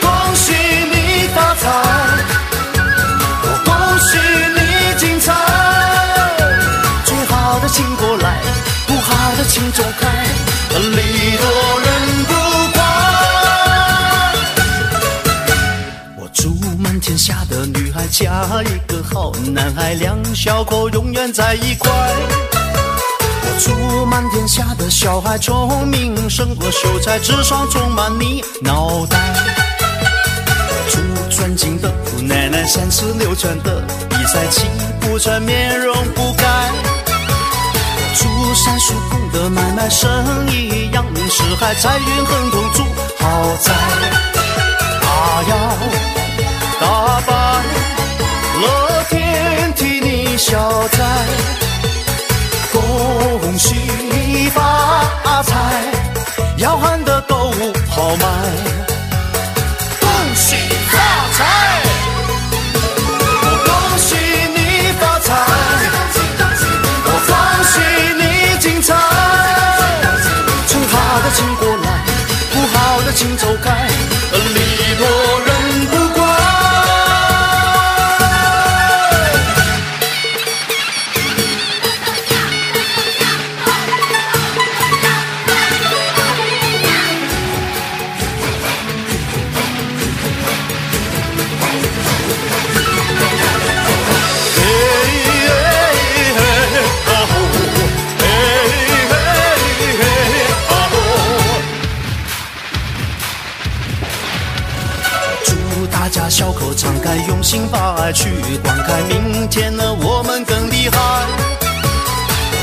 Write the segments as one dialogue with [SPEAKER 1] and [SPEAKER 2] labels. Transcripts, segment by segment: [SPEAKER 1] 恭喜你发财，我恭喜你精彩。最好的请过来，不好的请走开，礼多人不怪。我祝满天下的女孩嫁一个好男孩，两小口永远在一块。我祝满天下的小孩聪明胜过秀才，智商充满你脑袋。祝尊敬的姑奶奶三十六转的比赛气不喘，面容不改。祝三叔公的买卖生意扬名四海，财运亨通，住豪宅。啊大摇大摆，乐天替你消灾。恭喜发财，要喊的都豪迈。恭喜发财！我恭喜你发财，我恭喜你精彩。从好的请过来，不好的请走开，礼多人不怪。嘿嘿嘿啊吼，嘿嘿嘿啊吼！祝大家笑口常开，用心把爱去灌溉，明天的我们更厉害。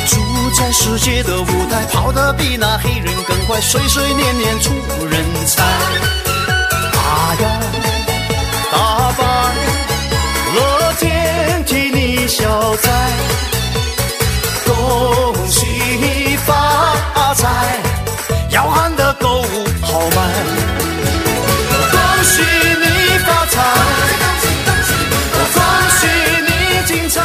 [SPEAKER 1] 住在世界的舞台，跑得比那黑人更快，岁岁年年出人才。大摇大摆。乐天替你消灾，恭喜发财，要喊得够豪迈。恭喜你发财，我恭喜你精彩。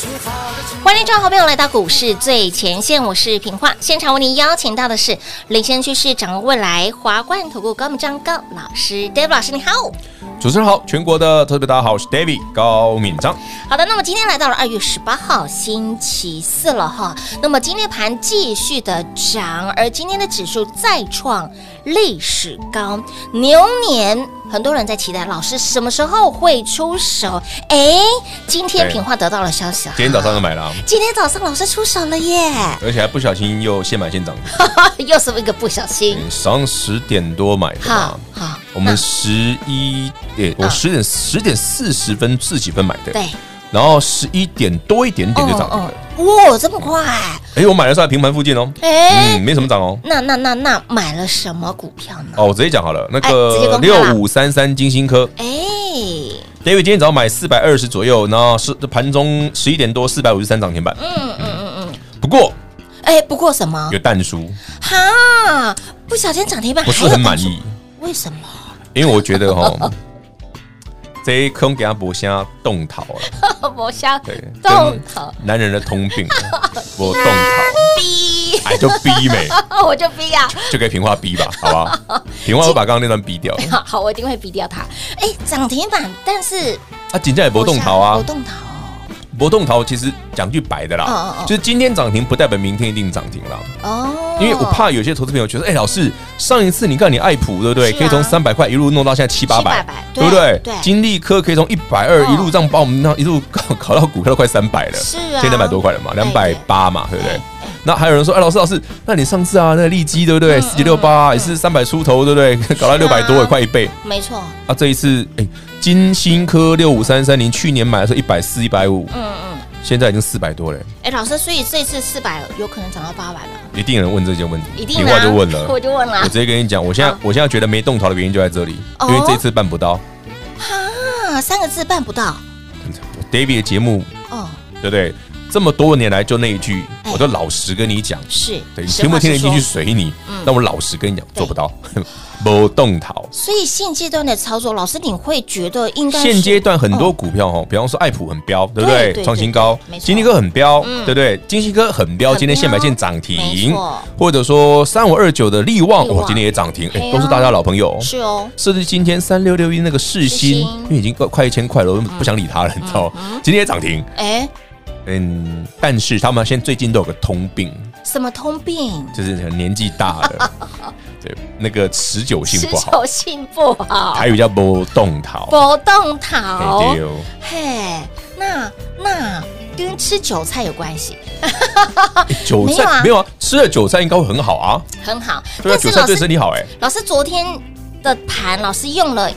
[SPEAKER 1] 最好的
[SPEAKER 2] 欢迎各位好朋友来到股市最前线，我是平化。现场为您邀请到的是领先趋势、掌握未来华冠投顾高明章高老师，David 老师，你好。
[SPEAKER 3] 主持人好，全国的投资者大家好，我是 David 高敏章。
[SPEAKER 2] 好的，那么今天来到了二月十八号星期四了哈，那么今天盘继续的涨，而今天的指数再创历史高，牛年很多人在期待老师什么时候会出手，哎，今天
[SPEAKER 3] 对
[SPEAKER 2] 平化得到了消息啊，
[SPEAKER 3] 今天早上就 买了啊、
[SPEAKER 2] 今天早上老师出手了耶，
[SPEAKER 3] 而且还不小心又现买现涨停。
[SPEAKER 2] 又是一个不小心，
[SPEAKER 3] 嗯早上十点多买的嘛
[SPEAKER 2] 好，好，
[SPEAKER 3] 我们十一点，我
[SPEAKER 2] 嗯
[SPEAKER 3] 十点十点四十分四十几分买的，
[SPEAKER 2] 对，
[SPEAKER 3] 然后十一点多一点点就涨停了。
[SPEAKER 2] 哦哦哇，这么快，
[SPEAKER 3] 哎，我买的时候在平盘附近哦，
[SPEAKER 2] 哎、
[SPEAKER 3] 嗯，没什么涨哦。
[SPEAKER 2] 那那那那买了什么股票呢？
[SPEAKER 3] 哦，我直接讲好了，那
[SPEAKER 2] 哎直接
[SPEAKER 3] 个
[SPEAKER 2] 公开啦
[SPEAKER 3] 六五三三金星科
[SPEAKER 2] 哎、
[SPEAKER 3] ，David 今天早上买四百二十左右，然后是盘中十一点多四百五十三涨停板。嗯嗯嗯嗯。不过
[SPEAKER 2] 哎、不过什么
[SPEAKER 3] 有？蛋叔，
[SPEAKER 2] 啊哈，不小心涨停板，
[SPEAKER 3] 不是很满意，，
[SPEAKER 2] 为什么？
[SPEAKER 3] 因为我觉得哈， 这一空给他博虾动逃了，
[SPEAKER 2] 我想
[SPEAKER 3] 对，
[SPEAKER 2] 动头
[SPEAKER 3] 跟男人的通病， 我动逃，
[SPEAKER 2] 逼，
[SPEAKER 3] 哎，就逼呗，
[SPEAKER 2] 我就逼啊呀、
[SPEAKER 3] 就给平花逼吧，好不好？平花我把刚刚那段逼掉了，
[SPEAKER 2] 好，我一定会逼掉它。哎、涨停板，但是
[SPEAKER 3] 啊，紧接也博动逃
[SPEAKER 2] 我
[SPEAKER 3] 啊
[SPEAKER 2] 想我，动逃
[SPEAKER 3] 博动逃其实讲句白的
[SPEAKER 2] 嗯
[SPEAKER 3] 啦
[SPEAKER 2] 嗯嗯，
[SPEAKER 3] 就是今天涨停不代表明天一定涨停啦，
[SPEAKER 2] 哦，
[SPEAKER 3] 因为我怕有些投资朋友觉得，哎，老师，上一次你看你爱普对不对？
[SPEAKER 2] 是啊
[SPEAKER 3] 可以从三百块一路弄到现在七八百
[SPEAKER 2] 700，
[SPEAKER 3] 对不
[SPEAKER 2] 对
[SPEAKER 3] 对
[SPEAKER 2] 对？
[SPEAKER 3] 金利科可以从一百二
[SPEAKER 2] 嗯
[SPEAKER 3] 一路这样把我们那一路搞搞到股票都快三百了，
[SPEAKER 2] 是啊
[SPEAKER 3] 现在两百多块了嘛，两百八嘛，对不对
[SPEAKER 2] 哎？哎
[SPEAKER 3] 那还有人说，哎，老师老师，那你上次啊，那个利基对
[SPEAKER 2] 嗯
[SPEAKER 3] 不对？四九六八也是三百出头，对不
[SPEAKER 2] 啊
[SPEAKER 3] 对？搞到六百多，也快一倍
[SPEAKER 2] 没错，
[SPEAKER 3] 啊！这一次，哎，金星科六五三三零去年买的时候一百四、一百五，
[SPEAKER 2] 嗯嗯，
[SPEAKER 3] 现在已经四百多了。
[SPEAKER 2] 哎，老师，所以这次四百有可能涨到八百了，
[SPEAKER 3] 一定有人问这些问题，
[SPEAKER 2] 一定啊
[SPEAKER 3] 电
[SPEAKER 2] 啦
[SPEAKER 3] 话就问了。
[SPEAKER 2] 我就问了
[SPEAKER 3] 我直接跟你讲，我现在
[SPEAKER 2] 好
[SPEAKER 3] 我现在觉得没动摇的原因就在这里，
[SPEAKER 2] 哦
[SPEAKER 3] 因为这次办不到。
[SPEAKER 2] 啊，三个字办不到
[SPEAKER 3] David 的节目，
[SPEAKER 2] 哦，
[SPEAKER 3] 对不对？这么多年来就那一句，
[SPEAKER 2] 哎
[SPEAKER 3] 我都老实跟你讲，
[SPEAKER 2] 是，
[SPEAKER 3] 对，你
[SPEAKER 2] 实
[SPEAKER 3] 听不
[SPEAKER 2] 话
[SPEAKER 3] 听得
[SPEAKER 2] 实说
[SPEAKER 3] 进去随你
[SPEAKER 2] 嗯，
[SPEAKER 3] 但我老实跟你讲，
[SPEAKER 2] 对
[SPEAKER 3] 做不到， 没动摇。
[SPEAKER 2] 所以现阶段的操作，老师你会觉得应该是
[SPEAKER 3] 现阶段很多股票哦，比方说爱普很飙，对
[SPEAKER 2] 对
[SPEAKER 3] 不
[SPEAKER 2] 对
[SPEAKER 3] 对？
[SPEAKER 2] 对
[SPEAKER 3] 创新高
[SPEAKER 2] 对没，错
[SPEAKER 3] 金立科很飙，
[SPEAKER 2] 嗯
[SPEAKER 3] 对不对？金星科很飙，
[SPEAKER 2] 很
[SPEAKER 3] 今天现买
[SPEAKER 2] 飙
[SPEAKER 3] 线涨
[SPEAKER 2] 没
[SPEAKER 3] 停
[SPEAKER 2] 错，
[SPEAKER 3] 或者说三五二九的利旺，
[SPEAKER 2] 力旺
[SPEAKER 3] 哇，今天也涨停，
[SPEAKER 2] 哎
[SPEAKER 3] 哎，
[SPEAKER 2] 呀
[SPEAKER 3] 都是大家老朋友哦。
[SPEAKER 2] 是哦，
[SPEAKER 3] 甚至今天三六六一那个世
[SPEAKER 2] 世
[SPEAKER 3] 新
[SPEAKER 2] 新，
[SPEAKER 3] 因为已经快快一千块了，我不想理它了，你知道吗？今天也涨停，
[SPEAKER 2] 哎，
[SPEAKER 3] 嗯，但是他们现在最近都有个通病，
[SPEAKER 2] 什么通病？
[SPEAKER 3] 就是年纪大了，对，那个持久性不好，
[SPEAKER 2] 久性不好，
[SPEAKER 3] 台语叫波动桃，
[SPEAKER 2] 不动
[SPEAKER 3] 嘿
[SPEAKER 2] 桃，
[SPEAKER 3] 对哦
[SPEAKER 2] 嘿，那那跟吃韭菜有关系，
[SPEAKER 3] 韭
[SPEAKER 2] 没有啊
[SPEAKER 3] 菜没有啊，吃了韭菜应该会很好啊，
[SPEAKER 2] 很好。
[SPEAKER 3] 对啊，韭菜
[SPEAKER 2] 老
[SPEAKER 3] 对身
[SPEAKER 2] 师
[SPEAKER 3] 体好哎。
[SPEAKER 2] 老师昨天的盘，老师用了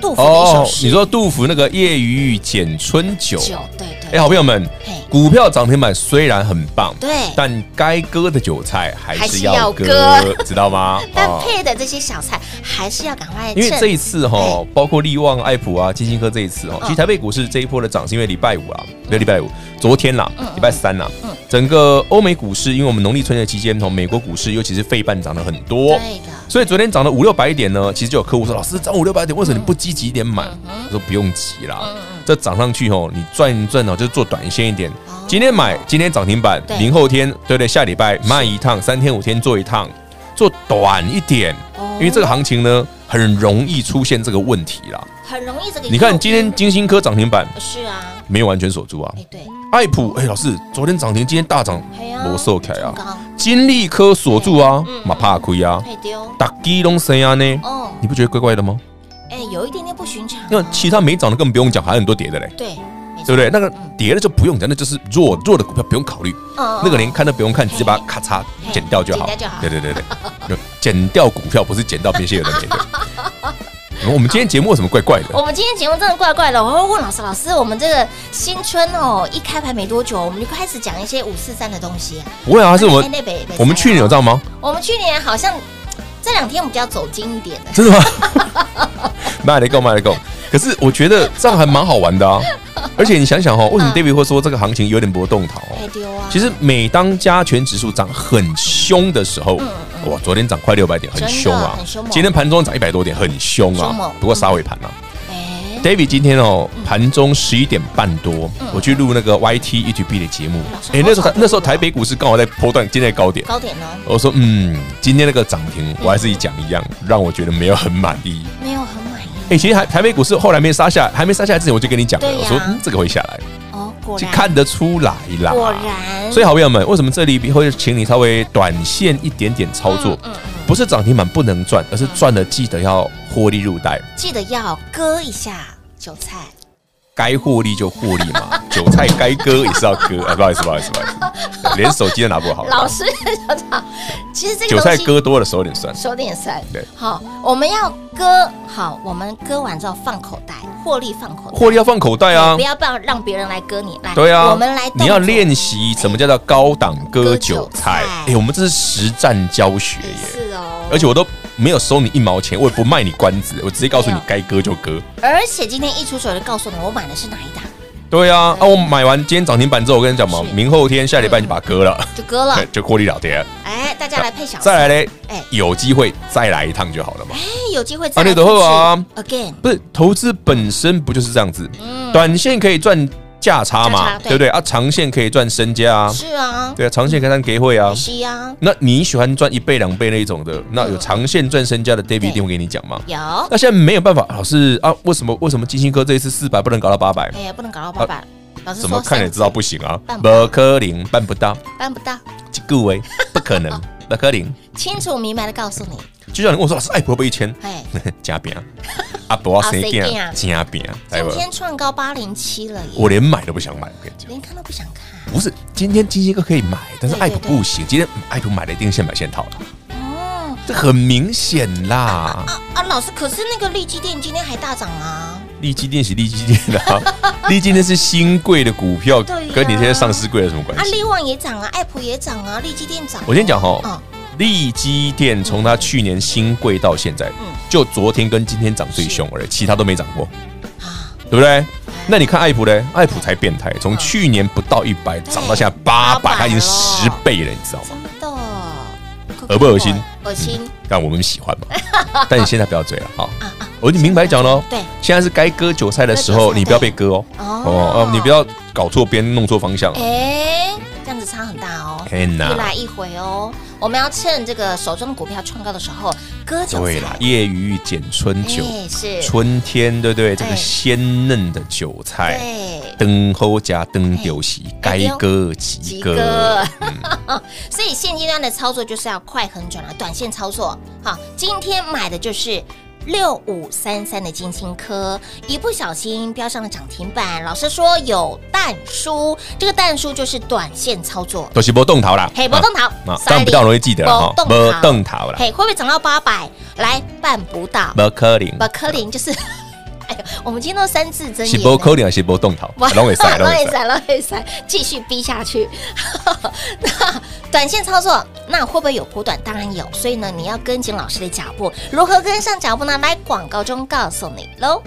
[SPEAKER 2] 杜甫的一首
[SPEAKER 3] 哦，
[SPEAKER 2] 诗，
[SPEAKER 3] 你说杜甫那个夜雨剪春酒，
[SPEAKER 2] 酒，对对
[SPEAKER 3] 哎，好朋友们
[SPEAKER 2] 嘿，
[SPEAKER 3] 股票涨停板虽然很棒，
[SPEAKER 2] 对，
[SPEAKER 3] 但该割的韭菜还
[SPEAKER 2] 还是
[SPEAKER 3] 是
[SPEAKER 2] 要
[SPEAKER 3] 要
[SPEAKER 2] 割？
[SPEAKER 3] 割，知道吗
[SPEAKER 2] 但
[SPEAKER 3] 哦
[SPEAKER 2] 配的这些小菜还是要赶快趁，
[SPEAKER 3] 因为这一次哈，包括力旺、爱普啊、金星科这一次哈，
[SPEAKER 2] 嗯
[SPEAKER 3] 其实台北股市这一波的涨是因为礼拜五啊，没有礼拜五，昨天啦
[SPEAKER 2] 嗯，
[SPEAKER 3] 礼拜三啦
[SPEAKER 2] 嗯，
[SPEAKER 3] 整个欧美股市，因为我们农历春节期间，从美国股市尤其是费半涨了很多。
[SPEAKER 2] 对的，
[SPEAKER 3] 所以昨天涨了五六百点呢，其实就有客户
[SPEAKER 2] 嗯
[SPEAKER 3] 说：“老师涨五六百点，为什么你不积极一点买？”我说：“不用急啦，
[SPEAKER 2] 嗯
[SPEAKER 3] 这涨上去哦，你赚一赚哦，就做短线一点。
[SPEAKER 2] 哦
[SPEAKER 3] 今天买，今天涨停板
[SPEAKER 2] 对，
[SPEAKER 3] 明后天对不对？下礼拜卖一趟，三天五天做一趟，做短一点。”
[SPEAKER 2] 哦
[SPEAKER 3] 因为这个行情呢，很容易出现这个问题啦。
[SPEAKER 2] 很容易这个。
[SPEAKER 3] 你看今天金星科涨停板
[SPEAKER 2] 是啊，
[SPEAKER 3] 没有完全锁住啊
[SPEAKER 2] 哎，对，
[SPEAKER 3] 爱普哎、老师昨天涨停，今天大涨
[SPEAKER 2] 哎呀，
[SPEAKER 3] 罗寿凯
[SPEAKER 2] 中
[SPEAKER 3] 啊，
[SPEAKER 2] 高
[SPEAKER 3] 金利科锁住啊
[SPEAKER 2] 嗯，
[SPEAKER 3] 马怕亏啊，
[SPEAKER 2] 太丢
[SPEAKER 3] 打基隆谁啊呢？
[SPEAKER 2] 哦，
[SPEAKER 3] 你不觉得怪怪的吗？
[SPEAKER 2] 哎，有一点点不寻常啊。
[SPEAKER 3] 那其他没涨的更不用讲，还有很多跌的嘞，
[SPEAKER 2] 对，没
[SPEAKER 3] 对
[SPEAKER 2] 错
[SPEAKER 3] 不对？那个
[SPEAKER 2] 嗯
[SPEAKER 3] 跌的就不用讲，那就是弱弱的股票不用考虑，
[SPEAKER 2] 嗯
[SPEAKER 3] 那个连看都不用看，直接把它咔嚓
[SPEAKER 2] 嘿
[SPEAKER 3] 剪掉就好
[SPEAKER 2] 剪掉就好。
[SPEAKER 3] 对对对对，剪掉股票不是剪掉别些有的没的。嗯我们今天节目为什么怪怪的？
[SPEAKER 2] 我们今天节目真的怪怪的，我会问老师，老师，我们这个新春哦，一开盘没多久，我们就开始讲一些五四三的东西啊。
[SPEAKER 3] 不会啊，是我
[SPEAKER 2] 哎
[SPEAKER 3] 们
[SPEAKER 2] 那北北
[SPEAKER 3] 我们去年有这
[SPEAKER 2] 样，
[SPEAKER 3] 样吗？
[SPEAKER 2] 我们去年好像这两天我们比较走精一点的，
[SPEAKER 3] 真的吗？ 卖了够，卖了够。可是我觉得这样还蛮好玩的啊！而且你想想哦，为什么
[SPEAKER 2] 嗯
[SPEAKER 3] David 会说这个行情有点波动逃、哦？
[SPEAKER 2] 太丢啊！
[SPEAKER 3] 其实每当加权指数涨很凶的时候，哇，昨天涨快六百点，很
[SPEAKER 2] 嗯
[SPEAKER 3] 凶
[SPEAKER 2] 真的
[SPEAKER 3] 啊
[SPEAKER 2] 很凶！哦嗯猛
[SPEAKER 3] 今天盘中涨一百多点，很凶
[SPEAKER 2] 凶猛
[SPEAKER 3] 啊！不过杀尾盘啊。
[SPEAKER 2] 哎，
[SPEAKER 3] David 今天哦，盘中十一点半多，我去录那个 YT ETB 的节目
[SPEAKER 2] 嗯老师。
[SPEAKER 3] 哎，那时
[SPEAKER 2] 好
[SPEAKER 3] 候
[SPEAKER 2] 早
[SPEAKER 3] 那时候台北股市刚好在波段今天的高点，
[SPEAKER 2] 高点哦呢
[SPEAKER 3] 我说，嗯，今天那个涨停，我还是讲一样，
[SPEAKER 2] 嗯
[SPEAKER 3] 让我觉得没有很满意。
[SPEAKER 2] 没有很满意
[SPEAKER 3] 哎、其实台台北股市后来没杀下来，还没杀下来之前，我就跟你讲了，
[SPEAKER 2] 对呀
[SPEAKER 3] 我说、嗯、这个会下来，
[SPEAKER 2] 哦，果
[SPEAKER 3] 就
[SPEAKER 2] 然
[SPEAKER 3] 看得出来啦。
[SPEAKER 2] 果然，
[SPEAKER 3] 所
[SPEAKER 2] 以
[SPEAKER 3] 以，好朋友们，为什么这里会请你稍微短线一点点操作？
[SPEAKER 2] 嗯嗯，
[SPEAKER 3] 不是涨停板不能赚，而是赚了记得要获利入袋，
[SPEAKER 2] 记得要割一下韭菜。
[SPEAKER 3] 该获利就获 利嘛，韭菜该割也是要割。啊，不好意思，不好意思，不好意思，连手机都拿不好。
[SPEAKER 2] 老师，校长，其实这
[SPEAKER 3] 韭
[SPEAKER 2] 个东
[SPEAKER 3] 菜
[SPEAKER 2] 西
[SPEAKER 3] 割多了手有点酸。
[SPEAKER 2] 手点酸。
[SPEAKER 3] 对，
[SPEAKER 2] 好，我们要割好，我们割完之后放口袋，获利放口袋。
[SPEAKER 3] 获利要放口袋啊
[SPEAKER 2] 不，要不要让别人来割你，来，
[SPEAKER 3] 对啊，
[SPEAKER 2] 我们来，
[SPEAKER 3] 你要练习什么叫做高档
[SPEAKER 2] 割
[SPEAKER 3] 割韭菜
[SPEAKER 2] 韭菜？
[SPEAKER 3] 哎、我们这是实战教学耶，
[SPEAKER 2] 是哦，
[SPEAKER 3] 而且我都没有收你一毛钱，我也不卖你关子，我直接告诉你
[SPEAKER 2] 没有
[SPEAKER 3] 该割就割。
[SPEAKER 2] 而且今天一出手就告诉你我买的是哪一档，
[SPEAKER 3] 对啊，啊，我买完今天涨停板之后，我跟你讲嘛
[SPEAKER 2] 是，
[SPEAKER 3] 明后天下礼拜就把它割了，
[SPEAKER 2] 就割了
[SPEAKER 3] 对，， 就获利了结。
[SPEAKER 2] 哎，大家来配小菜，
[SPEAKER 3] 再来嘞，
[SPEAKER 2] 哎
[SPEAKER 3] 有机会再来一趟就好了嘛。
[SPEAKER 2] 哎，有机会再
[SPEAKER 3] 啊
[SPEAKER 2] 来
[SPEAKER 3] 你都会啊
[SPEAKER 2] 一次，again，
[SPEAKER 3] 不是，投资本身不就是这样子？
[SPEAKER 2] 嗯，
[SPEAKER 3] 短线可以赚价差
[SPEAKER 2] 价差
[SPEAKER 3] 嘛，
[SPEAKER 2] 对
[SPEAKER 3] 对不对？啊，长线可以赚身家啊，
[SPEAKER 2] 是啊，
[SPEAKER 3] 对啊，长线可以赚给会啊。
[SPEAKER 2] 是啊，
[SPEAKER 3] 那你喜欢赚一倍两倍那一种的，那有长线赚身家的
[SPEAKER 2] 嗯对
[SPEAKER 3] David 一定会给你讲嘛。
[SPEAKER 2] 有，
[SPEAKER 3] 那现在没有办法，老师啊，为什么为什么金星哥这一次四百不能搞到八百？
[SPEAKER 2] 哎呀，不能搞到八百，老师
[SPEAKER 3] 啊怎么
[SPEAKER 2] 说
[SPEAKER 3] 看也
[SPEAKER 2] 三
[SPEAKER 3] 知道不行啊
[SPEAKER 2] 办，不到
[SPEAKER 3] 不可能办不到，
[SPEAKER 2] 办不到，
[SPEAKER 3] 这个位不可能，那柯林，
[SPEAKER 2] 清楚明白的告诉你，
[SPEAKER 3] 就像你跟我说老师，哎，婆婆一千，
[SPEAKER 2] 哎，
[SPEAKER 3] 加饼，阿伯要生
[SPEAKER 2] 啊生
[SPEAKER 3] 饼，
[SPEAKER 2] 囝
[SPEAKER 3] 加饼，来
[SPEAKER 2] 今
[SPEAKER 3] 吧，
[SPEAKER 2] 天创高八零七了耶，
[SPEAKER 3] 我连买都不想买，我跟你讲。
[SPEAKER 2] 连看都不想看
[SPEAKER 3] 不是，今天金星哥可以买，但是
[SPEAKER 2] 对
[SPEAKER 3] 爱普
[SPEAKER 2] 对对
[SPEAKER 3] 不行。今天爱普买了一定现买现套了，
[SPEAKER 2] 哦。
[SPEAKER 3] 这很明显啦。
[SPEAKER 2] 啊啊，老师，可是那个利基店今天还大涨啊，
[SPEAKER 3] 利基电是利基电的、 啊，利基电是新贵的股票，
[SPEAKER 2] 对呀
[SPEAKER 3] 跟你现在上市贵有什么关
[SPEAKER 2] 啊，
[SPEAKER 3] 系？
[SPEAKER 2] 利旺也涨啊，爱普也涨啊，利基店涨啊。
[SPEAKER 3] 我先讲哈
[SPEAKER 2] 嗯，
[SPEAKER 3] 利基电从它去年新贵到现在，
[SPEAKER 2] 嗯
[SPEAKER 3] 就昨天跟今天涨最凶而已，其他都没涨过，
[SPEAKER 2] 啊，
[SPEAKER 3] 对不对？那你看爱普嘞，爱普才变态，从去年不到一百涨到现在八百，
[SPEAKER 2] 800
[SPEAKER 3] 它已
[SPEAKER 2] 嗯
[SPEAKER 3] 经
[SPEAKER 2] 了
[SPEAKER 3] 十倍了，你知道吗？
[SPEAKER 2] 真的，
[SPEAKER 3] 恶不恶心？
[SPEAKER 2] 恶心，
[SPEAKER 3] 但我们喜欢 嘛。但你现在不要追了啊！我已经明白讲了哦，
[SPEAKER 2] 对
[SPEAKER 3] 现在是该割韭菜的时候，
[SPEAKER 2] 割韭菜
[SPEAKER 3] 你不要被割哦。
[SPEAKER 2] 哦
[SPEAKER 3] 哦，你不要搞错边，弄错方向哦。
[SPEAKER 2] 哎，这样子差很大哦，
[SPEAKER 3] 天哪
[SPEAKER 2] 一来一回哦。我们要趁这个手中的股票创高的时候割韭
[SPEAKER 3] 对啦
[SPEAKER 2] 菜，，
[SPEAKER 3] 夜雨剪春韭，
[SPEAKER 2] 哎，是，
[SPEAKER 3] 春天对不对？这
[SPEAKER 2] 哎
[SPEAKER 3] 个鲜嫩的韭菜，
[SPEAKER 2] 对，
[SPEAKER 3] 灯后加灯丢席，
[SPEAKER 2] 哎
[SPEAKER 3] 该割即
[SPEAKER 2] 即割
[SPEAKER 3] 割。
[SPEAKER 2] 所以现阶段的操作就是要快狠准啊，短线操作。好，今天买的就是。六五三三的金星科，一不小心飙上了涨停板。老师说有蛋书，这个蛋书就是短线操作。
[SPEAKER 3] 都是波动桃啦，
[SPEAKER 2] 嘿，波动桃
[SPEAKER 3] 啊，这样比较容易记得了哈。波
[SPEAKER 2] 波
[SPEAKER 3] 动桃啦，
[SPEAKER 2] 嘿，会不会涨到八百？来，办不到。
[SPEAKER 3] 波科林，
[SPEAKER 2] 把科林就是， 哎呦，我们今天都三字真言
[SPEAKER 3] 是
[SPEAKER 2] 了。
[SPEAKER 3] 波科林还是波动桃？
[SPEAKER 2] 哇
[SPEAKER 3] 拢会 塞，拢会
[SPEAKER 2] 也
[SPEAKER 3] 塞。
[SPEAKER 2] 散，浪也散，继续逼下去。 那短线操作，那会不会有波短？当然有，所以呢，你要跟紧老师的脚步。如何跟上脚步呢？来广告中告诉你喽。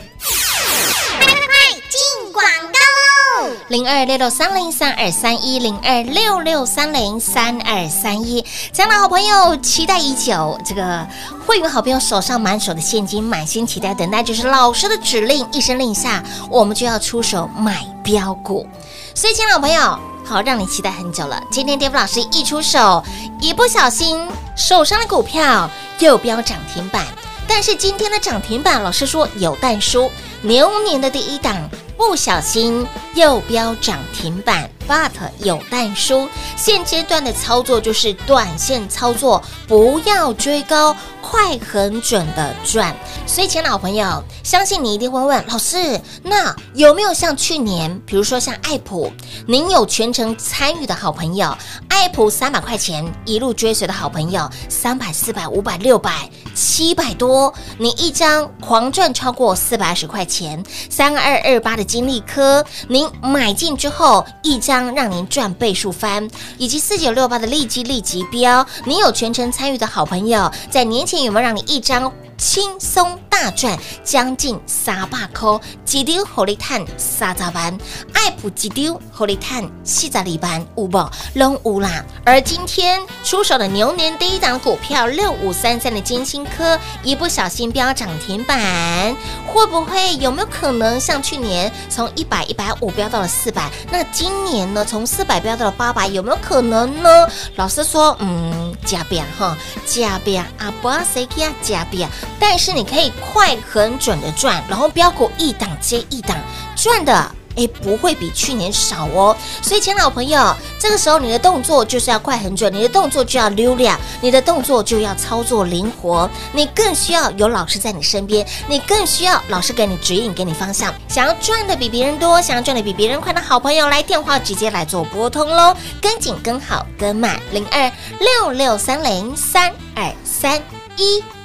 [SPEAKER 2] 零二六六三零三二三一零二六六三零三二三一，将来好朋友期待已久，这个会员好朋友手上满手的现金，满心期待等待，就是老师的指令，一声令下，我们就要出手买标股。所以，亲爱的朋友，好让你期待很久了。今天 Dave 老师一出手，一不小心手上的股票又飙涨停板。但是今天的涨停板，老师说有蛋书，牛年的第一档不小心又飙涨停板，but 有蛋书。现阶段的操作就是短线操作，不要追高，快很准的赚。所以，亲爱的老朋友，相信你一定会问老师，那有没有像去年，比如说像爱普，您有全程参与的好朋友，爱普三百块钱一路追随的好朋友，三百、四百、五百、六百、七百多，你一张狂赚超过四百二十块钱。三二二八的金利科，您买进之后一张让您赚倍数翻，以及四九六八的利基利吉标，您有全程参与的好朋友，在年前有没有让你一张？轻松大赚将近三百块，一丢火力碳三十万，爱普一丢火力碳四十二万，有无？拢有啦。而今天出手的牛年第一档股票六五三三的金星科，一不小心飙涨停板，会不会有没有可能像去年从一百一百五飙到了四百？那今年呢，从四百飙到了八百，有没有可能呢？老师说，嗯，加变哈，加变啊，不要谁给啊加变，但是你可以快很准的赚，然后标股一档接一档赚的。哎，不会比去年少哦，所以，亲爱的老朋友，这个时候你的动作就是要快很准，你的动作就要溜亮，你的动作就要操作灵活，你更需要有老师在你身边，你更需要老师给你指引，给你方向。想要赚的比别人多，想要赚的比别人快的好朋友，来电话直接来做拨通喽，跟紧、跟好、跟满零二六六三零三二三一。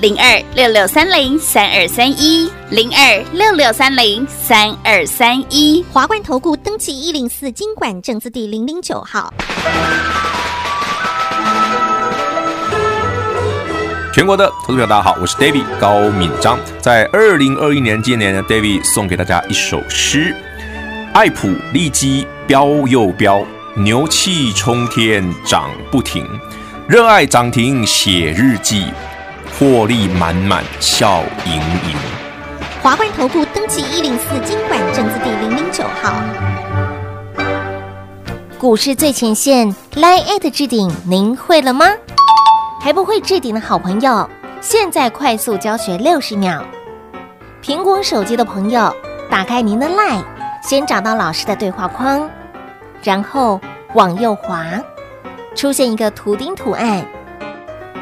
[SPEAKER 4] 零二六六三零三二三一零二六六三零三二三一。
[SPEAKER 5] 华冠投顾登记一零四经管证字第零零九号。
[SPEAKER 3] 全国的投资者大家好，我是 David 高敏章。在二零二一年今年呢，David 送给大家一首诗：爱普利基飙又飙，牛气冲天涨不停。热爱涨停写日记，获利满满笑盈盈。
[SPEAKER 5] 华冠投顾登记一零四经管证字第零零九号。
[SPEAKER 2] 股市最前线 Line at 置顶，您会了吗？还不会置顶的好朋友，现在快速教学六十秒。苹果手机的朋友，打开您的 Line，先找到老师的对话框，然后往右滑，出现一个图钉图案，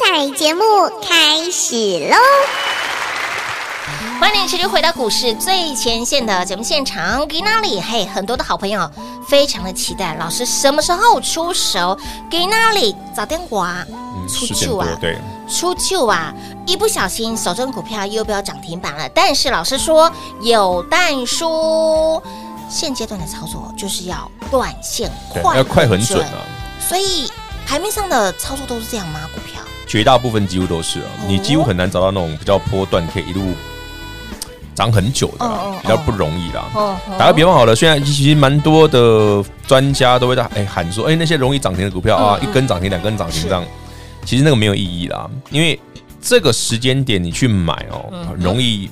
[SPEAKER 5] 彩节目开始喽！
[SPEAKER 2] 欢迎持续回到股市最前线的节目现场，给那里嘿，很多的好朋友非常的期待，老师什么时候出手？给那里早点哇，出
[SPEAKER 3] 十嗯点
[SPEAKER 2] 去
[SPEAKER 3] 多
[SPEAKER 2] 啊，
[SPEAKER 3] 对，
[SPEAKER 2] 出去啊，一不小心手中股票又飙涨停板了。但是老师说有但书，现阶段的操作就是要断线
[SPEAKER 3] 对
[SPEAKER 2] 快，
[SPEAKER 3] 要快很准啊。
[SPEAKER 2] 所以盘面上的操作都是这样吗？股票
[SPEAKER 3] 绝大部分几乎都是啊，
[SPEAKER 2] 哦
[SPEAKER 3] 你几乎很难找到那种比较波段可以一路涨很久的
[SPEAKER 2] 哦哦
[SPEAKER 3] 啦
[SPEAKER 2] 哦，
[SPEAKER 3] 比较不容易啦。
[SPEAKER 2] 哦
[SPEAKER 3] 打个比方好了，现在其实蛮多的专家都会在哎喊说，哎那些容易涨停的股票啊，一根涨停两根涨停这样，其实那个没有意义啦，因为这个时间点你去买哦，很容易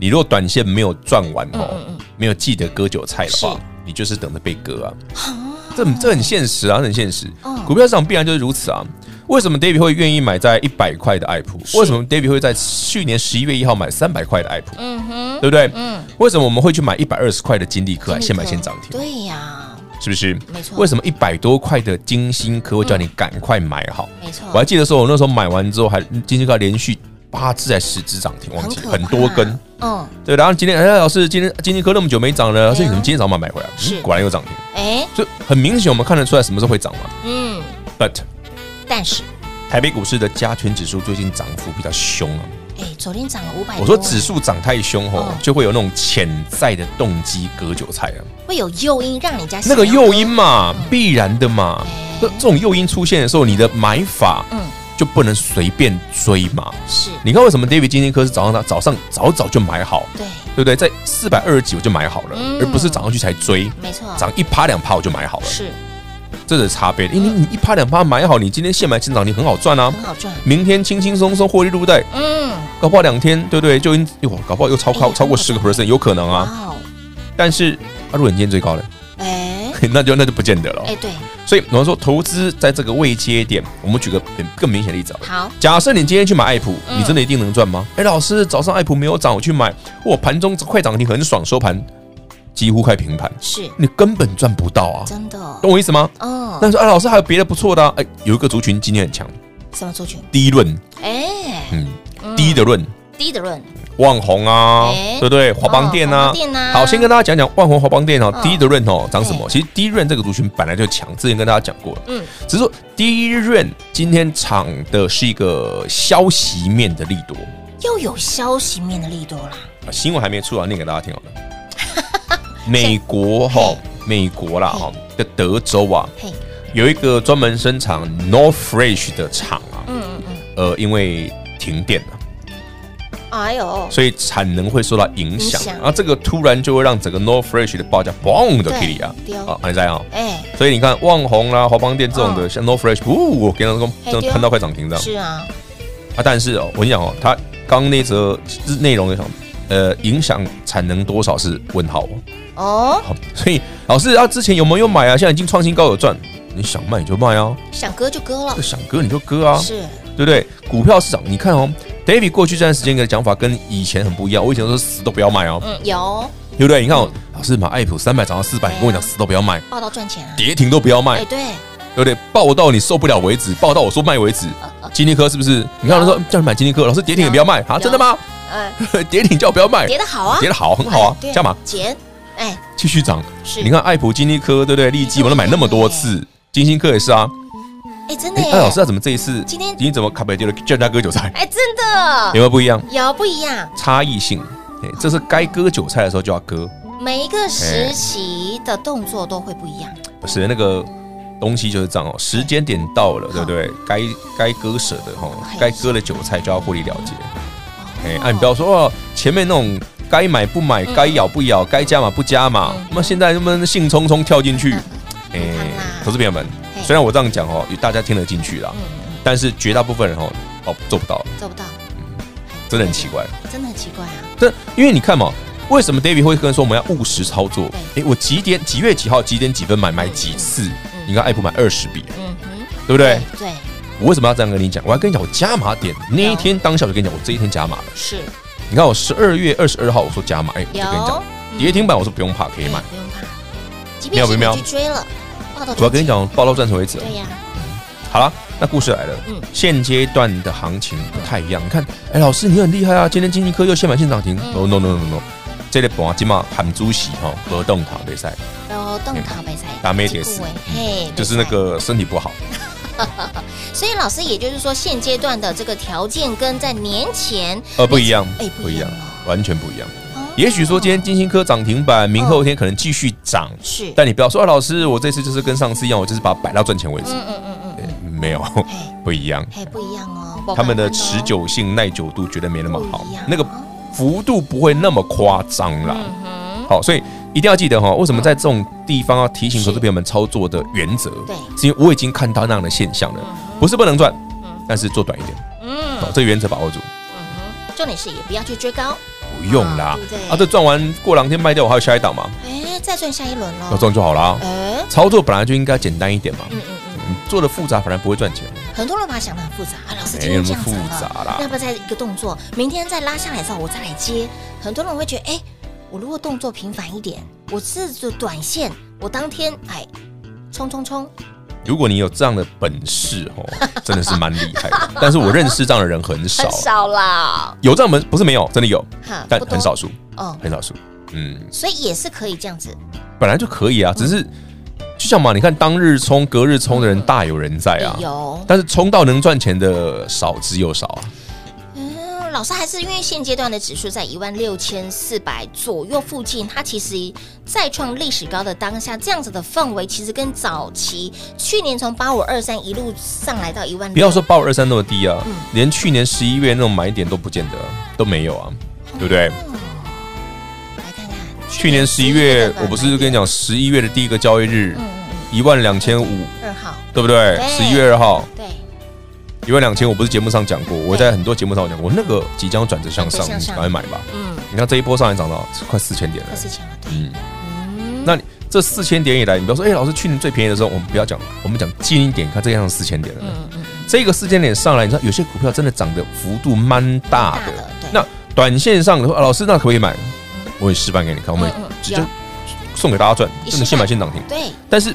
[SPEAKER 3] 你如果短线没有赚完哦，没有记得割韭菜的话
[SPEAKER 2] 是，
[SPEAKER 3] 你就是等着被割啊。这很这很现实啊，这很现实。股票市场必然就是如此啊。为什么 David 会愿意买在一百块的爱普？为什么 David 会在去年十一月一号买三百块的爱普？
[SPEAKER 2] 嗯哼，
[SPEAKER 3] 对不对？为什么我们会去买一百二十块的金利科啊，现买现涨停？
[SPEAKER 2] 对呀、
[SPEAKER 3] 是不是？
[SPEAKER 2] 没错嗯
[SPEAKER 3] 为什么一百多块的金星科会叫你赶快买好？
[SPEAKER 2] 没错
[SPEAKER 3] 我还记得说，我那时候买完之后，还金星科连续八只还十只涨停，忘
[SPEAKER 2] 很
[SPEAKER 3] 记
[SPEAKER 2] 可怕
[SPEAKER 3] 很多根。，
[SPEAKER 2] 嗯，
[SPEAKER 3] 对，然后今天哎，老师，今天金星科那么久没涨了，老师
[SPEAKER 2] 对啊
[SPEAKER 3] 你怎么今天早上买回来？
[SPEAKER 2] 是
[SPEAKER 3] 嗯果然有涨停，
[SPEAKER 2] 哎，
[SPEAKER 3] 所以很明显我们看得出来什么时候会涨嘛。
[SPEAKER 2] 嗯，
[SPEAKER 3] But
[SPEAKER 2] 但是
[SPEAKER 3] 台北股市的加权指数最近涨幅比较凶啊。
[SPEAKER 2] 哎，昨天涨了五百，
[SPEAKER 3] 我说指数涨太凶吼
[SPEAKER 2] 嗯，
[SPEAKER 3] 就会有那种潜在的动机割韭菜啊。
[SPEAKER 2] 会有诱因让你家
[SPEAKER 3] 那个
[SPEAKER 2] 想要
[SPEAKER 3] 诱因嘛，必然的嘛。
[SPEAKER 2] 嗯
[SPEAKER 3] 这这种诱因出现的时候，你的买法
[SPEAKER 2] 嗯
[SPEAKER 3] 就不能随便追嘛。
[SPEAKER 2] 是，
[SPEAKER 3] 你看为什么 David 今天科是早上早上早早就买好，
[SPEAKER 2] 对，
[SPEAKER 3] 对不对？在四百二十几我就买好了
[SPEAKER 2] 嗯，
[SPEAKER 3] 而不是涨上去才追。
[SPEAKER 2] 没错，
[SPEAKER 3] 涨一趴两趴我就买好了，
[SPEAKER 2] 是
[SPEAKER 3] 这是差别。因为你你一趴两趴买好，你今天现买现涨，你很好赚啊
[SPEAKER 2] 很。好赚，
[SPEAKER 3] 明天轻轻松松获利入袋，
[SPEAKER 2] 嗯，
[SPEAKER 3] 搞不好两天，对不对？就因哇，搞不好又超
[SPEAKER 2] 哎
[SPEAKER 3] 超
[SPEAKER 2] 呀
[SPEAKER 3] 超过十个 percent，有可能
[SPEAKER 2] 哇
[SPEAKER 3] 啊。
[SPEAKER 2] 哦，
[SPEAKER 3] 但是啊，如果你今天最高了，
[SPEAKER 2] 哎
[SPEAKER 3] 那就那就不见得了哦。
[SPEAKER 2] 哎，对，
[SPEAKER 3] 所以我们说投资在这个位阶点，我们举个很更明显的例子啊。
[SPEAKER 2] 好，
[SPEAKER 3] 假设你今天去买爱普，
[SPEAKER 2] 嗯
[SPEAKER 3] 你真的一定能赚吗？哎、老师，早上爱普没有涨，我去买，我盘中快涨停很爽，收盘几乎快平盘，
[SPEAKER 2] 是
[SPEAKER 3] 你根本赚不到啊，
[SPEAKER 2] 真的，
[SPEAKER 3] 懂我意思吗？
[SPEAKER 2] 嗯，
[SPEAKER 3] 但是啊，老师还有别的不错的、啊，哎、有一个族群今天很强，
[SPEAKER 2] 什么族群？
[SPEAKER 3] 低论，
[SPEAKER 2] 哎，
[SPEAKER 3] 嗯，低的论，
[SPEAKER 2] 低的润，
[SPEAKER 3] 万红啊，
[SPEAKER 2] 哎
[SPEAKER 3] 对不对？华邦店
[SPEAKER 2] 哦华
[SPEAKER 3] 啊
[SPEAKER 2] 邦，电啊
[SPEAKER 3] 好，先跟大家讲讲万红华邦店哦
[SPEAKER 2] 嗯，
[SPEAKER 3] 第一的润哦涨什
[SPEAKER 2] 对
[SPEAKER 3] 么？其实第一润这个族群本来就强，之前跟大家讲过了，
[SPEAKER 2] 嗯，
[SPEAKER 3] 只是说第一润今天涨的是一个消息面的利多，
[SPEAKER 2] 又有消息面的力度啦，
[SPEAKER 3] 啊新闻还没出来，念给大家听好了。 美国哈、
[SPEAKER 2] 嘿
[SPEAKER 3] 美国啦哈、的德州啊，
[SPEAKER 2] 嘿，
[SPEAKER 3] 有一个专门生产 North Fresh 的厂啊，
[SPEAKER 2] 嗯嗯嗯，
[SPEAKER 3] 呃，因为停电了。
[SPEAKER 2] 哎呦，
[SPEAKER 3] 所以产能会受到影响
[SPEAKER 2] 影响，
[SPEAKER 3] 然后这个突然就会让整个 North Fresh 的报价嘣的
[SPEAKER 2] 对
[SPEAKER 3] k i 啊
[SPEAKER 2] 对，
[SPEAKER 3] 啊，你在啊，
[SPEAKER 2] 哎，
[SPEAKER 3] 所以你看旺宏啦、华邦店这种
[SPEAKER 2] 嗯
[SPEAKER 3] 的，像 North Fresh，呜，我跟他说
[SPEAKER 2] 嘿
[SPEAKER 3] 真
[SPEAKER 2] 对
[SPEAKER 3] 的喷到快涨停这样
[SPEAKER 2] 是啊，
[SPEAKER 3] 啊，但是哦，我跟你讲哦，它刚那则内容有什么？呃，影响产能多少是问号哦。
[SPEAKER 2] 哦，
[SPEAKER 3] 好，所以老师啊，之前有没有买啊？现在已经创新高有赚，你想卖你就卖啊，
[SPEAKER 2] 想割就割了
[SPEAKER 3] 这，想割你就割啊。
[SPEAKER 2] 是，
[SPEAKER 3] 对不对？股票市场，你看哦，David 过去这段时间的讲法跟以前很不一样。我以前都说死都不要买哦，
[SPEAKER 2] 嗯，有
[SPEAKER 3] 对不对？你看哦，老师买爱普三百涨到四百，你跟我讲死都不要卖，
[SPEAKER 2] 报道赚钱啊，
[SPEAKER 3] 跌停都不要卖
[SPEAKER 2] 哎，，对，
[SPEAKER 3] 对不对？报到你受不了为止，报到我说卖为止。
[SPEAKER 2] 呃
[SPEAKER 3] 金立科是不是？你看他说叫你买金立科，老师跌停也不要卖啊？真的吗？
[SPEAKER 2] 呃，
[SPEAKER 3] 跌停叫我不要卖，
[SPEAKER 2] 跌的好啊，
[SPEAKER 3] 跌的好，很好啊，
[SPEAKER 2] 对
[SPEAKER 3] 干嘛？
[SPEAKER 2] 钱，哎，
[SPEAKER 3] 继续涨。
[SPEAKER 2] 是
[SPEAKER 3] 你看爱普、金立科，对不对？利基我都买那么多次，金星科也是啊。
[SPEAKER 2] 哎，真的
[SPEAKER 3] 哎、
[SPEAKER 2] 耶，
[SPEAKER 3] 哎老师，那怎么这一次
[SPEAKER 2] 今天
[SPEAKER 3] 你怎么卡贝丢了叫人家割韭菜，
[SPEAKER 2] 哎，真的
[SPEAKER 3] 有没有不一样？
[SPEAKER 2] 有不一样。
[SPEAKER 3] 差异性，哎、这是该割韭菜的时候就要割，
[SPEAKER 2] 每一个
[SPEAKER 3] 哎
[SPEAKER 2] 时期的动作都会不一样，
[SPEAKER 3] 不是那个东西就是这样哦，时间点到了，对不对？该该割舍的哈
[SPEAKER 2] 哎，
[SPEAKER 3] 该割的韭菜就要获利了结。哎，啊，你不要说哦，前面那种该买不买，
[SPEAKER 2] 嗯
[SPEAKER 3] 该咬不咬，该加码不加码，那么现在那么兴冲冲跳进去
[SPEAKER 2] 嗯，
[SPEAKER 3] 哎
[SPEAKER 2] 很贪啦，
[SPEAKER 3] 投资朋友们，
[SPEAKER 2] 嘿嗯
[SPEAKER 3] 虽然我这样讲哦，大家听得进去啦，但是绝大部分人哦，哦做不到，
[SPEAKER 2] 做不到，
[SPEAKER 3] 真的很奇怪。
[SPEAKER 2] 真的很奇怪啊。
[SPEAKER 3] 这因为你看嘛，为什么 David 会跟说我们要务实操作？
[SPEAKER 2] 对
[SPEAKER 3] 诶，我几点几月几号几点几分买买几次？你看爱普买二十笔，
[SPEAKER 2] 嗯哼，
[SPEAKER 3] 对不对？
[SPEAKER 2] 嗯对，
[SPEAKER 3] 我为什么要这样跟你讲？我要跟你讲，我加码点那一天当下我就跟你讲，我这一天加码了。
[SPEAKER 2] 是
[SPEAKER 3] 你看我十二月二十二号我说加码，哎，我就
[SPEAKER 2] 有
[SPEAKER 3] 跟你讲，
[SPEAKER 2] 嗯
[SPEAKER 3] 跌停板我说不用怕，可以买
[SPEAKER 2] 对。不用怕。即便
[SPEAKER 3] 妙
[SPEAKER 2] 是
[SPEAKER 3] 不
[SPEAKER 2] 你
[SPEAKER 3] 妙
[SPEAKER 2] 去追了，哇都
[SPEAKER 3] 我要跟你
[SPEAKER 2] 赚
[SPEAKER 3] 讲，报到赚钱为止
[SPEAKER 2] 钱，。对呀，
[SPEAKER 3] 好了，那故事来了
[SPEAKER 2] 嗯，
[SPEAKER 3] 现阶段的行情不太一样。你看，哎，老师你很厉害啊，今天经济科又现买现涨停。No
[SPEAKER 2] 嗯
[SPEAKER 3] no no no no，这个盘今嘛喊主席哈，不动卡比赛。
[SPEAKER 2] 然后动堂没在，
[SPEAKER 3] 打没得死
[SPEAKER 2] 欸
[SPEAKER 3] 嗯
[SPEAKER 2] 嘿，哎
[SPEAKER 3] 就是那
[SPEAKER 2] 没
[SPEAKER 3] 个身体不好，
[SPEAKER 2] 在。所以老师，也就是说，现阶段的这个条件跟在年前
[SPEAKER 3] 呃，不一样
[SPEAKER 2] 哎，不一样
[SPEAKER 3] 完全不一样。
[SPEAKER 2] 哦
[SPEAKER 3] 也许说今天金星科涨停板，明后天可能继续涨，
[SPEAKER 2] 是，
[SPEAKER 3] 但你不要说啊，老师，我这次就是跟上次一样，我就是把它摆到赚钱为止，
[SPEAKER 2] 嗯嗯嗯嗯嗯，
[SPEAKER 3] 没有
[SPEAKER 2] 嘿，
[SPEAKER 3] 不一样。
[SPEAKER 2] 嘿，不一样哦。
[SPEAKER 3] 他们的
[SPEAKER 2] 宝宝
[SPEAKER 3] 持久性、耐久度绝对没那么好
[SPEAKER 2] 不一样，嗯
[SPEAKER 3] 那个幅度不会那么夸张啦。好，所以一定要记得哈，为什么在这种地方要提醒投资朋友们操作的原则？
[SPEAKER 2] 对
[SPEAKER 3] 是因为我已经看到那样的现象了，不是不能赚，但是做短一点，
[SPEAKER 2] 嗯，
[SPEAKER 3] 好，这个原则把握住。
[SPEAKER 2] 重点是也不要去追高，
[SPEAKER 3] 不用啦
[SPEAKER 2] 啊对不对，
[SPEAKER 3] 啊，这赚完过两天卖掉，我还有下一档嘛，
[SPEAKER 2] 哎，再赚下一轮
[SPEAKER 3] 那
[SPEAKER 2] 喽。
[SPEAKER 3] 赚就好啦。
[SPEAKER 2] 哎，
[SPEAKER 3] 操作本来就应该简单一点嘛，
[SPEAKER 2] 嗯嗯嗯，
[SPEAKER 3] 你做的复杂反而不会赚钱。
[SPEAKER 2] 很多人把它想的很复杂啊，老师
[SPEAKER 3] 没
[SPEAKER 2] 今天
[SPEAKER 3] 那
[SPEAKER 2] 这
[SPEAKER 3] 么
[SPEAKER 2] 样子
[SPEAKER 3] 复杂啦
[SPEAKER 2] 了，要不要再一个动作，明天再拉下来之后我再来接？很多人会觉得，哎，我如果动作频繁一点，我是做短线，我当天哎冲冲冲，
[SPEAKER 3] 如果你有这样的本事 哦，真的是蛮厉害的。但是我认识这样的人很少
[SPEAKER 2] 很，少啦，
[SPEAKER 3] 有这样的人不是没有，真的有，
[SPEAKER 2] 哈
[SPEAKER 3] 但
[SPEAKER 2] 不多
[SPEAKER 3] 很少数，
[SPEAKER 2] 哦，
[SPEAKER 3] 很少数。嗯，
[SPEAKER 2] 所以也是可以这样子，
[SPEAKER 3] 本来就可以啊，只是就像嘛，你看当日冲、隔日冲的人大有人在啊，
[SPEAKER 2] 有，
[SPEAKER 3] 但是冲到能赚钱的少之又少啊。
[SPEAKER 2] 嗯，老师还是因为现阶段的指数在一万六千四百左右附近，它其实再创历史高的当下，这样子的氛围其实跟早期去年从八五二三一路上来到一万，
[SPEAKER 3] 不要说八五二三那么低啊，连去年十一月那种买点都不见得都没有啊，对不对？
[SPEAKER 2] 嗯来看看
[SPEAKER 3] 去年十一月
[SPEAKER 2] 11，
[SPEAKER 3] 我不是跟你讲，十一月的第一个交易日
[SPEAKER 2] 嗯嗯
[SPEAKER 3] 一万两千五，
[SPEAKER 2] 二号
[SPEAKER 3] 对不对？
[SPEAKER 2] 对
[SPEAKER 3] 十一月二号
[SPEAKER 2] 嗯对
[SPEAKER 3] 一万两千五，不是节目上讲过，我在很多节目上有讲过，那个即将转折向上，
[SPEAKER 2] 转折向
[SPEAKER 3] 你
[SPEAKER 2] 上
[SPEAKER 3] 赶快买吧。
[SPEAKER 2] 嗯
[SPEAKER 3] 你看这一波上来涨到快四千点了
[SPEAKER 2] 快，四千了对
[SPEAKER 3] 嗯，那你这四千点以来，你不要说，哎，老师去年最便宜的时候，我们不要讲，我们讲近一点，看这样四千点了。
[SPEAKER 2] 嗯嗯
[SPEAKER 3] 这个四千点上来，你知道有些股票真的涨的幅度蛮大
[SPEAKER 2] 蛮大的
[SPEAKER 3] 的。
[SPEAKER 2] 对
[SPEAKER 3] 那短线上的话，啊老师那可不可以买？我也示范给你看，我们
[SPEAKER 2] 嗯嗯
[SPEAKER 3] 直
[SPEAKER 2] 有
[SPEAKER 3] 接送给大家赚，
[SPEAKER 2] 一
[SPEAKER 3] 真的
[SPEAKER 2] 示范嗯
[SPEAKER 3] 现买现涨停。
[SPEAKER 2] 对
[SPEAKER 3] 但是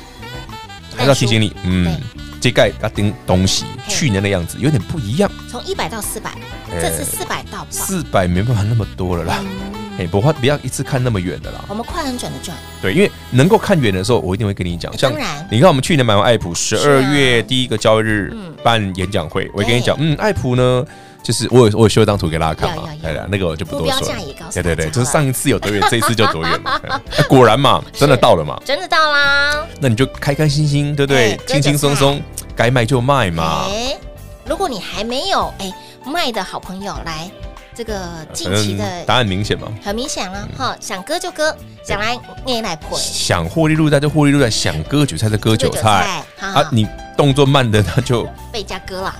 [SPEAKER 3] 还是要提醒你，嗯
[SPEAKER 2] 对，
[SPEAKER 3] 这盖它顶东西
[SPEAKER 2] 嘿
[SPEAKER 3] 去年的样子有点不一样，
[SPEAKER 2] 从一百到四百，
[SPEAKER 3] 哎
[SPEAKER 2] 这次四百到爆，
[SPEAKER 3] 四百没办法那么多了啦。
[SPEAKER 2] 嗯
[SPEAKER 3] 哎，不怕不要一次看那么远的啦。
[SPEAKER 2] 我们快很准的赚，
[SPEAKER 3] 对，因为能够看远的时候，我一定会跟你讲。像
[SPEAKER 2] 当然
[SPEAKER 3] 你看，我们去年买完爱普，十
[SPEAKER 2] 是
[SPEAKER 3] 二
[SPEAKER 2] 啊
[SPEAKER 3] 月第一个交易日
[SPEAKER 2] 嗯
[SPEAKER 3] 办演讲会，我也跟你
[SPEAKER 2] 对
[SPEAKER 3] 讲，嗯，爱普呢，就是我有我有修一张图给大家看嘛
[SPEAKER 2] 有有，有
[SPEAKER 3] 对了，那个我就不
[SPEAKER 2] 目
[SPEAKER 3] 多
[SPEAKER 2] 标
[SPEAKER 3] 说
[SPEAKER 2] 价
[SPEAKER 3] 了
[SPEAKER 2] 也告诉。
[SPEAKER 3] 对对
[SPEAKER 2] 大
[SPEAKER 3] 对，
[SPEAKER 2] 家
[SPEAKER 3] 就是
[SPEAKER 2] 了
[SPEAKER 3] 上一次 有多远，这一次就多远嘛。哎果然嘛，真的到了嘛，
[SPEAKER 2] 真的到啦。
[SPEAKER 3] 那你就开开心心，对不对
[SPEAKER 2] 哎？割
[SPEAKER 3] 轻轻松松，该卖就卖嘛。
[SPEAKER 2] 哎，如果你还没有哎卖的好朋友来，这个近
[SPEAKER 3] 反
[SPEAKER 2] 期
[SPEAKER 3] 正
[SPEAKER 2] 的
[SPEAKER 3] 嗯答案明显嘛，
[SPEAKER 2] 很明显了哈，想割就割，想来
[SPEAKER 3] 哎
[SPEAKER 2] 念来破
[SPEAKER 3] 想获利入袋就获利入袋，想割韭菜就割韭菜
[SPEAKER 2] 哈
[SPEAKER 3] 啊！你动作慢的，那就啊
[SPEAKER 2] 被人家割了。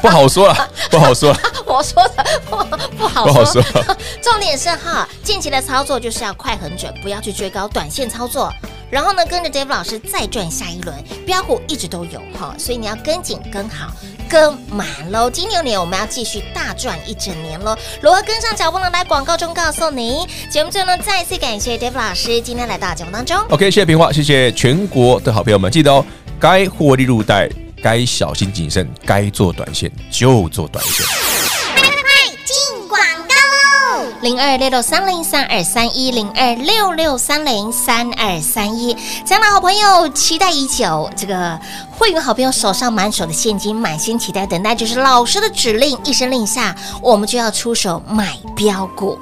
[SPEAKER 3] 不好说了，不好说了，
[SPEAKER 2] 我说的不不好
[SPEAKER 3] 不好
[SPEAKER 2] 说
[SPEAKER 3] 说，了。
[SPEAKER 2] 重点是哈，近期的操作就是要快很准，不要去追高，短线操作。然后呢，跟着 Dave 老师再赚下一轮，标股一直都有哈，所以你要跟紧、跟好、跟满喽。金牛年我们要继续大赚一整年喽。如何跟上脚步呢？来广告中告诉您。节目最后呢，再次感谢 Dave 老师今天来到节目当中。
[SPEAKER 3] OK，谢谢平话，谢谢全国的好朋友们，记得哦，该获利入袋，该小心谨慎，该做短线就做短线。
[SPEAKER 5] 进广告喽！
[SPEAKER 2] 零二六六三零三二三一零二六六三零三二三一。将来好朋友期待已久，这个会员好朋友手上满手的现金，满心期待等待，就是老师的指令，一声令下，我们就要出手买标股。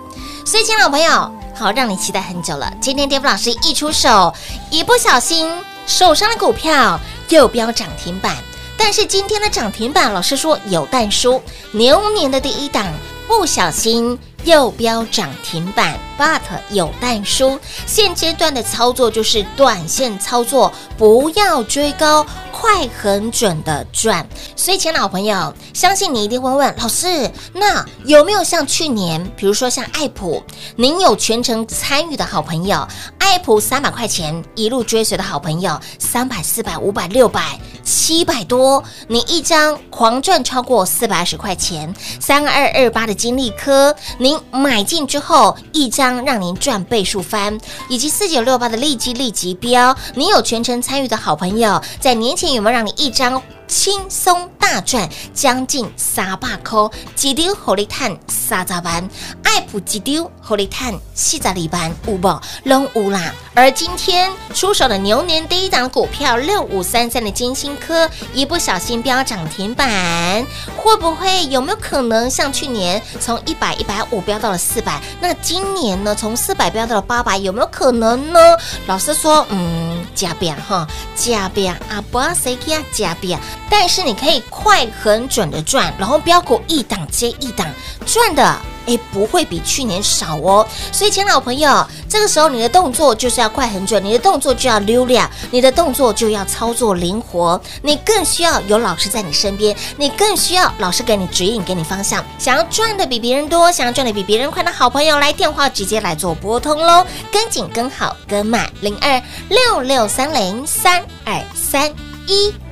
[SPEAKER 2] 所以，亲爱的朋友，好，让你期待很久了。今天 d a 老师一出手，一不小心手上的股票又飙涨停板。但是今天的涨停板，老师说有但书，牛年的第一档不小心又飙涨停板，but 有但书。现阶段的操作就是短线操作，不要追高，快很准的赚。所以，亲爱的老朋友，相信你一定会问老师，那有没有像去年，比如说像爱普，您有全程参与的好朋友，爱普三百块钱一路追随的好朋友，三百、四百、五百、六百、七百多，你一张狂赚超过四百二十块钱。三二二八的金利科，您买进之后一张让您赚倍数翻，以及四九六八的利基利吉标，你有全程参与的好朋友，在年前有没有让你一张？轻松大赚将近三百块，一丢火力碳三十万，爱普一丢火力碳四十二万，有无？拢有啦。而今天出手的牛年第一档股票六五三三的金星科，一不小心飙涨停板，会不会有没有可能像去年从一百一百五飙到了四百？那今年呢，从四百飙到了八百，有没有可能呢？老师说，嗯，加变哈，加变啊，不要谁给他加变。但是你可以快、很准的赚，然后标股一档接一档赚的，诶，不会比去年少哦。所以，亲爱的老朋友，这个时候你的动作就是要快、很准，你的动作就要溜亮，你的动作就要操作灵活，你更需要有老师在你身边，你更需要老师给你指引、给你方向。想要赚的比别人多，想要赚的比别人快的好朋友，来电话直接来做拨通喽，跟紧、跟好、跟满零二六六三零三二三一。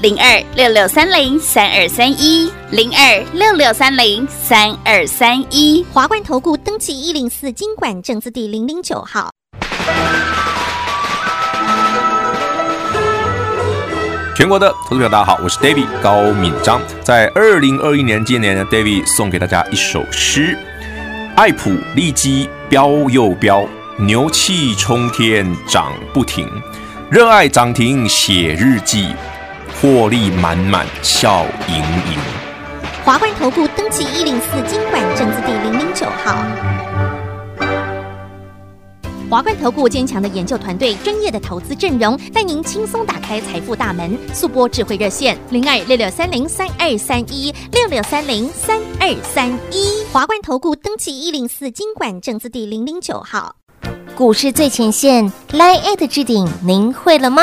[SPEAKER 4] 零二六六三零三二三一零二六六三零三二三一。
[SPEAKER 5] 华冠投顾登记一零四经管证字第零零九号。
[SPEAKER 3] 全国的投资者大家好，我是 David 高敏章。在二零二一年今年呢，David 送给大家一首诗：爱普利基飙又飙，牛气冲天涨不停，热爱涨停写日记，获利满满笑盈盈。
[SPEAKER 5] 华冠投顾登记一零四经管证字第零零九号。华冠投顾坚强的研究团队，专业的投资阵容，带您轻松打开财富大门。速播智慧热线零二六六三零三二三一六六三零三二三一。华冠投顾登记一零四经管证字第零零九号。
[SPEAKER 2] 股市最前线 Line at 置顶，您会了吗？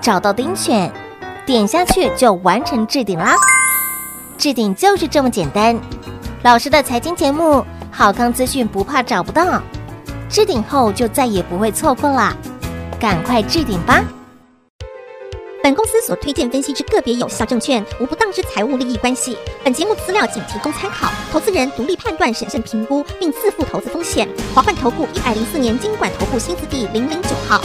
[SPEAKER 2] 找到钉选，点下去就完成置顶啦。置顶就是这么简单。老师的财经节目，好康资讯不怕找不到，置顶后就再也不会错过啦，赶快置顶吧！
[SPEAKER 5] 本公司所推荐分析之个别有效证券，无不当之财务利益关系。本节目资料仅提供参考，投资人独立判断、审慎评估，并自负投资风险。华冠投顾一百零四年经管投顾新字第零零九号。